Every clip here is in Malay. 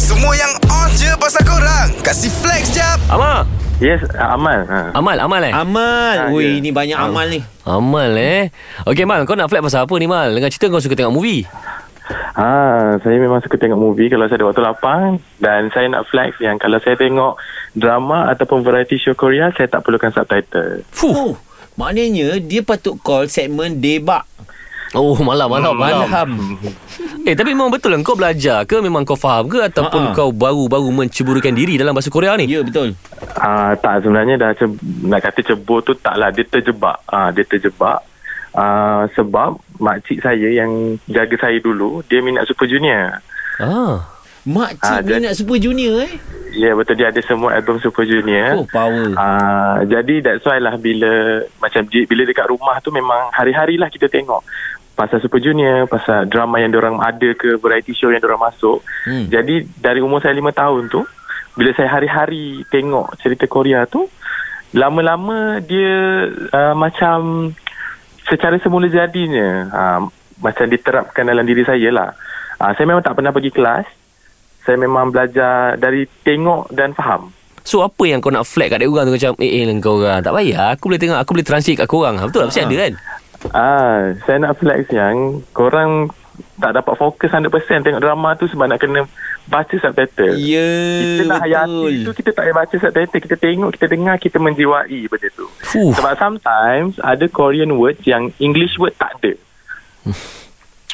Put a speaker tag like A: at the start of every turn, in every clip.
A: Semua yang on je pasal korang Kasih flex jap
B: Amal
C: Yes, Amal. Ha.
B: Amal Amal eh
D: Amal.
C: Ah,
D: Ui,
C: ya.
D: ni banyak amal ni.
B: Amal eh Okay Mal Kau nak flag pasal apa ni Mal Dengan cerita kau suka tengok movie
C: ha, saya memang suka tengok movie kalau saya ada waktu lapang dan saya nak flex yang kalau saya tengok drama ataupun variety show Korea, saya tak perlukan subtitle.
B: Fuh
D: Oh, maknanya dia patut call segmen debak.
B: Oh malam malam
C: Hmm.
B: malam
D: Malam.
B: Eh tapi memang betul lah Kau belajar ke Memang kau faham ke Ataupun
D: Ha-ha.
B: kau baru-baru menceburukan diri Dalam bahasa Korea ni
D: Ya, betul.
C: Ah, tak sebenarnya dah ce- nak kata cebur tu taklah dia terjebak. Ah, dia terjebak. Ah, sebab makcik saya yang jaga saya dulu, dia minat Super Junior.
B: ah.
D: Mak
C: Ah,
D: cik
C: dia-
D: ni nak super junior eh.
C: Ya yeah, betul dia ada semua album Super Junior.
D: Oh, power.
C: Uh, jadi that's why lah bila macam di, bila dekat rumah tu memang hari-hari lah kita tengok pasal Super Junior, pasal drama yang orang ada ke variety show yang orang masuk. Hmm.
D: Hmm.
C: Jadi dari umur saya lima tahun tu bila saya hari-hari tengok cerita Korea tu lama-lama dia uh, macam secara semula jadinya uh, macam diterapkan dalam diri saya lah. Uh, saya memang tak pernah pergi kelas. Saya memang belajar dari tengok dan faham.
B: So apa yang kau nak flag kat dia orang tu Macam eh eh lah kau orang Tak payah Aku boleh tengok Aku boleh translate kat korang Betul lah Mesti
D: Ha.
B: ada kan
C: Ah, saya nak flex yang korang tak dapat fokus 100% tengok drama tu sebab nak kena baca subtitle.
D: Ya,
C: kita nak hayati tu
D: betul.
C: kita tak payah baca subtitle, kita tengok, kita dengar, kita menjiwai benda tu.
B: Fuh
C: Sebab sometimes ada Korean words yang English word tak ada.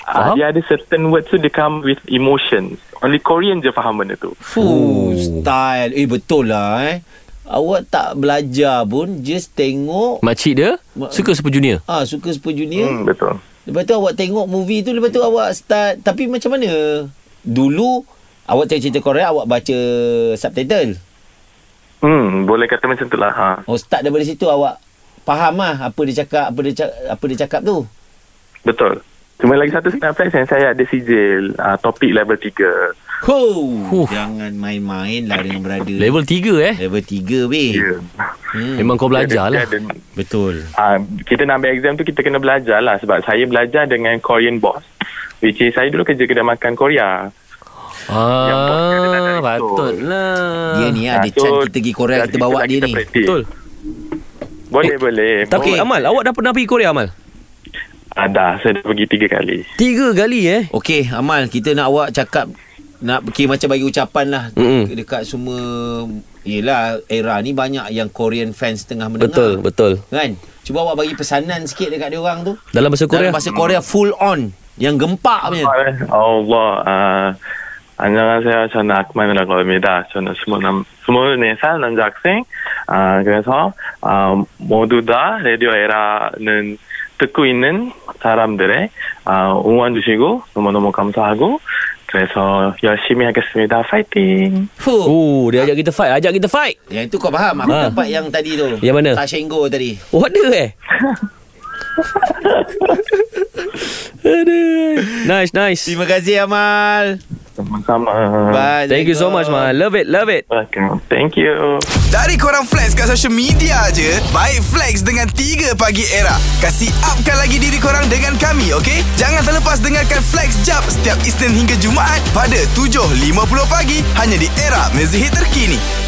B: Faham?
C: Ah, dia ada certain words tu dia come with emotions. Only Korean je faham benda tu.
D: Fuh, style. Eh, betul lah eh. Awak tak belajar pun just tengok
B: Makcik dia
D: Ma-
B: Suka Super Junior
D: ah suka super junior.
C: Hmm, betul.
D: Lepas tu awak tengok movie tu Lepas tu awak start Tapi macam mana Dulu Awak tengok cerita Korea Awak baca subtitle
C: Hmm, boleh kata macam tu lah. Ha.
D: Oh start daripada situ awak Faham lah Apa dia cakap Apa dia, cak, apa dia cakap tu
C: Betul. Cuma lagi satu saya nak flex yang saya ada sijil uh, topik level 3.
D: Ho
B: Huh.
D: Jangan main-main lah Dengan berada
B: Level 3 eh
D: Level 3 weh
C: Ya.
D: hmm,
B: Memang kau belajar lah
C: Dia ada-
D: Betul
C: Ah, kita nak ambil exam tu kita kena belajar lah sebab saya belajar dengan Korean boss which is saya dulu kerja kedai makan Korea Yang buat dia
B: Ah,
C: ada dalam
B: Patutlah
D: Dia ni ada
C: Ah,
D: so, chance kita pergi Korea
C: dari
D: Kita
C: situ
D: bawa
C: lah
D: dia
C: kita
D: ni Eh,
C: practice.
B: Betul
C: boleh boleh
B: Tapi
C: boleh.
B: Amal Awak dah pernah pergi Korea Amal
C: ah, dah saya dah pergi tiga kali
B: Tiga kali eh
D: Okey Amal Kita nak awak cakap nak fikir macam bagi ucapan lah
B: Mm-mm.
D: dekat semua yelah era ni banyak yang Korean fans tengah
B: Betul
D: mendengar
B: Betul
D: Kan? Cuba awak bagi pesanan sikit dekat dia orang tu.
B: Dalam bahasa Korea
D: Dalam bahasa Korea full on. Yang gempak punya.
C: 아, 예. Allah ah, 안녕하세요. 저는 악만이라고 합니다. 저는 24, 24살 남자 학생. 아, 그래서 아, 모두 다 라디오 에라는 듣고 있는 사람들의 아, 응원 주시고 너무너무 감사하고 그래서 열심히 하겠습니다. 파이팅!
D: Fuh.
B: Oh dia ajak kita fight Ajak kita fight
D: Yang itu kau faham. Aku
B: Ha.
D: dapat yang tadi tu.
B: Yang mana?
D: Tak Shengo tadi.
B: Oh ada eh Aduh. Nice nice
D: Terima kasih Amal.
C: 감사합니다.
B: Ah.
D: Bye.
B: Thank you so much man Love it love it
C: Welcome. Thank you.
A: Dari korang flex kat social media je Baik flex dengan 3 pagi era Kasih upkan lagi diri korang dengan kami okay? Jangan terlepas dengarkan flex jap Setiap Isnin hingga Jumaat Pada 7.50 pagi Hanya di era mezihit terkini